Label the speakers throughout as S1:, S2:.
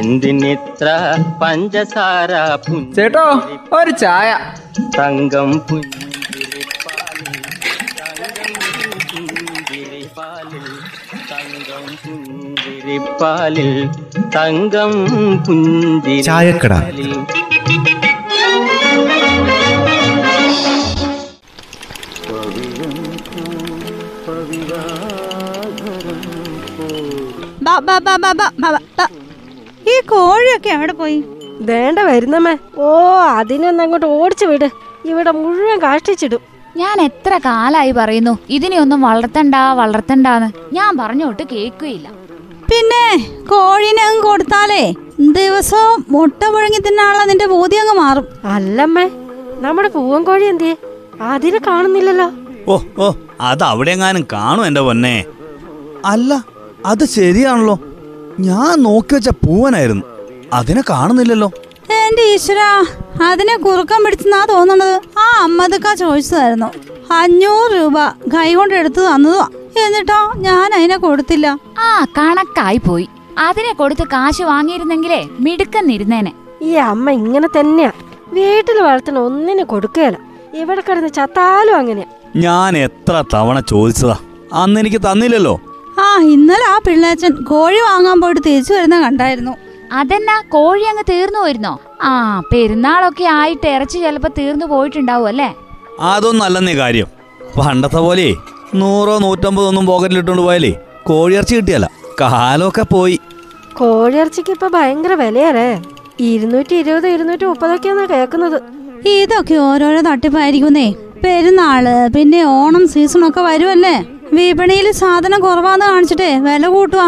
S1: എന്തിനിത്ര പഞ്ചസാര പുഞ്ച
S2: ചേട്ടോ ഒരു ചായ
S1: തങ്കം പുഞ്ചിരിപ്പാലിൽ തങ്കം പുഞ്ചിരിപ്പാലിൽ തങ്കം പുഞ്ചിരിപ്പാലിൽ തങ്കം പുഞ്ചിരി
S3: ചായക്കട.
S4: ബാ, ബാ, ബാ, ബാ, ബാ, ബാ, ബാ. ഈ കോഴിയൊക്കെ എവിടെ പോയി
S5: വേണ്ട വരുന്നമ്മേ ഓ അതിനൊന്ന് അങ്ങോട്ട് ഓടിച്ചു വിട് ഇവിടെ മുഴുവൻ കാഷ്ടിച്ചിടും
S6: ഞാൻ എത്ര കാലായി പറയുന്നു ഇതിനെ ഒന്നും വളർത്തണ്ട വളർത്തണ്ടാന്ന് ഞാൻ പറഞ്ഞോട്ട് കേൾക്കുകയില്ല
S4: പിന്നെ കോഴീനെ അങ്ങ് കൊടുത്താലേ ദിവസവും മുട്ട പുഴുങ്ങി തിന്നാനുള്ള നിന്റെ ബോധി അങ്ങ് മാറും
S5: അല്ലമ്മേ നമ്മുടെ പൂവൻ കോഴി എന്തിയെ അതിനെ കാണുന്നില്ലല്ലോ
S7: ഓ ഓ അത് അവിടെ എങ്ങാനും കാണും എന്റെ പൊന്നെ അല്ല അത് ശരിയാണല്ലോ ഞാൻ നോക്കി വെച്ച പൂവനായിരുന്നു അതിനെ കാണുന്നില്ലല്ലോ
S4: എന്റെ ഈശ്വര അതിനെ കുറുക്കം പിടിച്ചെന്നാ തോന്നുന്നത് ആ അമ്മതൊക്കെ ചോദിച്ചതായിരുന്നു അഞ്ഞൂറ് രൂപ കൈ കൊണ്ട് എടുത്തു തന്നതുവാ എന്നിട്ടോ ഞാൻ അതിനെ കൊടുത്തില്ല
S6: ആ കണക്കായി പോയി അതിനെ കൊടുത്ത് കാശ് വാങ്ങിയിരുന്നെങ്കിലേ മിടുക്കെന്നിരുന്നേനെ
S5: ഈ അമ്മ ഇങ്ങനെ തന്നെയാ വീട്ടിൽ വളർത്തണ ഒന്നിനും കൊടുക്കുകയില്ല ഇവിടെ കിടന്ന് ചത്താലും അങ്ങനെയാ
S7: ഞാൻ എത്ര തവണ ചോദിച്ചതാ അന്ന് എനിക്ക് തന്നില്ലല്ലോ
S4: ആ ഇന്നലെ ആ പിള്ളേച്ചൻ കോഴി വാങ്ങാൻ പോയിട്ട് തിരിച്ചു വരുന്ന കണ്ടായിരുന്നു
S6: അതെന്നാ കോഴി അങ്ങ് തീർന്നു പോയിരുന്നോ ആ പെരുന്നാളൊക്കെ ആയിട്ട് ഇറച്ചി ചിലപ്പോ തീർന്നു പോയിട്ടുണ്ടാവും അല്ലേ
S7: അതൊന്നും അല്ലെന്നേ കാര്യം പണ്ടത്തെ പോലെ നൂറോ നൂറ്റമ്പതോ ഒന്നും പോക്കറ്റിലിട്ടുകൊണ്ട് പോയാലേ കോഴിയിറച്ചി കിട്ടിയല്ല കാലമൊക്കെ പോയി
S5: കോഴിയിറച്ചിക്ക് ഇപ്പൊ ഭയങ്കര വിലയല്ലേ ഇരുന്നൂറ്റി ഇരുപത് ഇരുന്നൂറ്റി മുപ്പതൊക്കെയാന്നാ കേൾക്കുന്നത്
S4: ഇതൊക്കെ ഓരോരോ തട്ടിപ്പായിരിക്കുന്നേ പെരുന്നാള് പിന്നെ ഓണം സീസണൊക്കെ വരുമല്ലേ വിപണിയിൽ സാധനം കുറവാന്ന് കാണിച്ചിട്ടേ വില കൂട്ടുവാ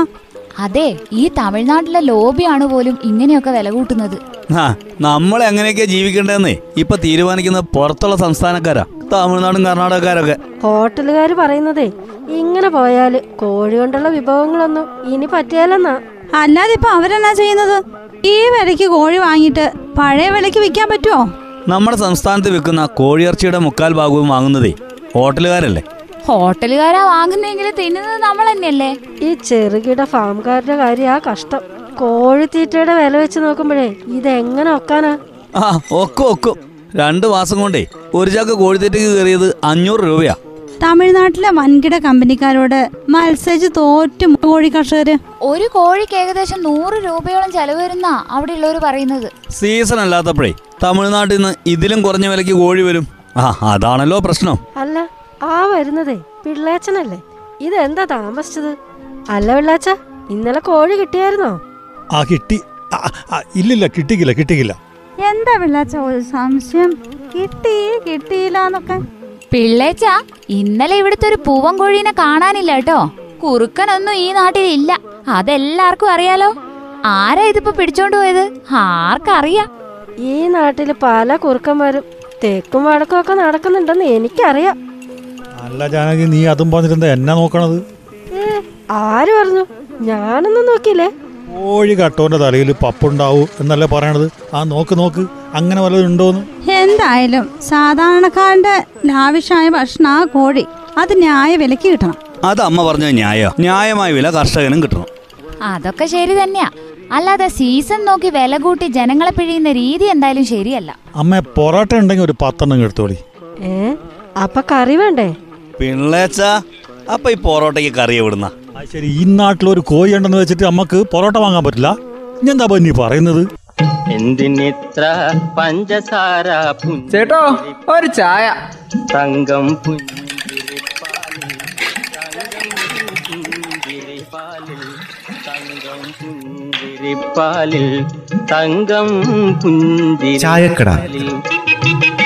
S6: അതെ ഈ തമിഴ്നാട്ടിലെ ലോബിയാണ് പോലും ഇങ്ങനെയൊക്കെ വില കൂട്ടുന്നത്
S7: ആ നമ്മളെ എങ്ങനെയൊക്കെയാ ജീവിക്കേണ്ടതെന്നേ ഇപ്പൊ തീരുമാനിക്കുന്ന പുറത്തുള്ള സംസ്ഥാനക്കാരാ തമിഴ്നാടും കർണാടകക്കാരൊക്കെ
S5: ഹോട്ടലുകാർ പറയുന്നതേ ഇങ്ങനെ പോയാല് കോഴി കൊണ്ടുള്ള വിഭവങ്ങളൊന്നും ഇനി പറ്റിയാലെന്നാ
S4: അല്ലാതെ ഇപ്പൊ അവരെന്നാ ചെയ്യുന്നത് ഈ വിലയ്ക്ക് കോഴി വാങ്ങിയിട്ട് പഴയ വിലയ്ക്ക് വിൽക്കാൻ പറ്റുമോ
S7: നമ്മുടെ സംസ്ഥാനത്ത് വിൽക്കുന്ന കോഴിയിറച്ചിയുടെ മുക്കാൽ ഭാഗവും വാങ്ങുന്നതേ ഹോട്ടലുകാരല്ലേ
S6: ഹോട്ടലുകാരാ വാങ്ങുന്നെങ്കിൽ തിന്നുന്നത് നമ്മൾ തന്നെയല്ലേ
S5: ഈ ചെറുകിട ഫാംകാരുടെ കാര്യം ആ കഷ്ടം കോഴിത്തീറ്റയുടെ വില വെച്ച് നോക്കുമ്പോഴേ ഇതെങ്ങനെ ഒക്കാനാ
S7: ആ ഒക്കും ഒക്കും രണ്ട് മാസം കൊണ്ടേ ഒരു ചാക്ക് കോഴിത്തേറ്റക്ക് കയറിയത് അഞ്ഞൂറ് രൂപയാ
S4: തമിഴ്നാട്ടിലെ വൻകിട കമ്പനിക്കാരോട് മത്സരിച്ച് തോറ്റു കോഴി കർഷകര്
S6: ഒരു കോഴിക്ക് ഏകദേശം നൂറ് രൂപയോളം ചെലവ് വരുന്ന അവിടെ ഉള്ളവർ പറയുന്നത്
S7: സീസൺ അല്ലാത്തപ്പോഴേ തമിഴ്നാട്ടിൽ നിന്ന് ഇതിലും കുറഞ്ഞ വിലയ്ക്ക് കോഴി വരും ആ അതാണല്ലോ പ്രശ്നം
S5: അല്ല ആ വരുന്നതേ പിള്ളേച്ചനല്ലേ ഇതെന്താ താമസിച്ചത് അല്ല പിള്ളാച്ച ഇന്നലെ കോഴി കിട്ടിയായിരുന്നോ
S8: ആ കിട്ടി ആ, ആ, ഇല്ലില്ല കിട്ടിക്കില്ല കിട്ടിക്കില്ല
S4: എന്താ പിള്ളാച്ച ഒരു സംശയം കിട്ടി കിട്ടിയില്ല എന്നൊക്കെ
S6: പിള്ളേച്ച ഇന്നലെ ഇവിടുത്തെ ഒരു പൂവൻ കോഴീനെ കാണാനില്ല കേട്ടോ കുറുക്കനൊന്നും ഈ നാട്ടിലില്ല അതെല്ലാവർക്കും അറിയാലോ ആരാ ഇതിപ്പോ പിടിച്ചോണ്ട് പോയത് ആർക്കറിയാം
S5: ഈ നാട്ടിൽ പല കുറുക്കന്മാരും തെക്കും വടക്കും ഒക്കെ നടക്കുന്നുണ്ടെന്ന് എനിക്കറിയാം
S8: അല്ല ജാനകി നീ അതും പറഞ്ഞിരുന്ന എന്നെ നോക്കണത്
S5: ഏ ആര് പറഞ്ഞു ഞാനൊന്നും നോക്കിയില്ലേ
S8: കോഴി കട്ടോന്റെ തലയിൽ പപ്പുണ്ടാവും എന്നല്ലേ പറയണത് ആ നോക്ക് നോക്ക് അങ്ങനെ വല്ലതും ഉണ്ടോന്ന്
S4: എന്തായാലും സാധാരണക്കാരന്റെ ലാവിഷായ ഭക്ഷണ കോഴി അത് ന്യായ വിലയ്ക്ക് കിട്ടണം
S7: അത് അമ്മ പറഞ്ഞ ന്യായ ന്യായമായ വില കർഷകനും കിട്ടണം
S6: അതൊക്കെ ശരി തന്നെയാ അല്ലാതെ സീസൺ നോക്കി വില കൂട്ടി ജനങ്ങളെ പിഴിയുന്ന രീതി എന്തായാലും ശരിയല്ല
S8: അമ്മ പൊറോട്ട ഉണ്ടെങ്കിൽ ഒരു പത്തെണ്ണം എടുത്തോളി
S5: ഏ അപ്പൊ കറി വേണ്ടേ
S7: പിള്ളേച്ച അപ്പൊ ഈ പൊറോട്ടയ്ക്ക് കറി എവിടുന്ന
S8: അത് ശരി ഈ നാട്ടിൽ ഒരു കോഴി ഉണ്ടെന്ന് വെച്ചിട്ട് അമ്മക്ക് പൊറോട്ട വാങ്ങാൻ പറ്റില്ല ഞാൻ എന്താ നീ പറയുന്നത്
S1: എന്തിനിത്ര പഞ്ചസാര പുഞ്ച
S2: ചേട്ടോ ഒരു ചായ
S1: തങ്കം പുഞ്ചിരിപ്പാലിൽ തങ്കം പുഞ്ചിരിപ്പാലിൽ തങ്കം പുഞ്ചിരിപ്പാലിൽ തങ്കം
S3: ചായക്കട.
S1: പുഞ്ചിരിപ്പാലിൽ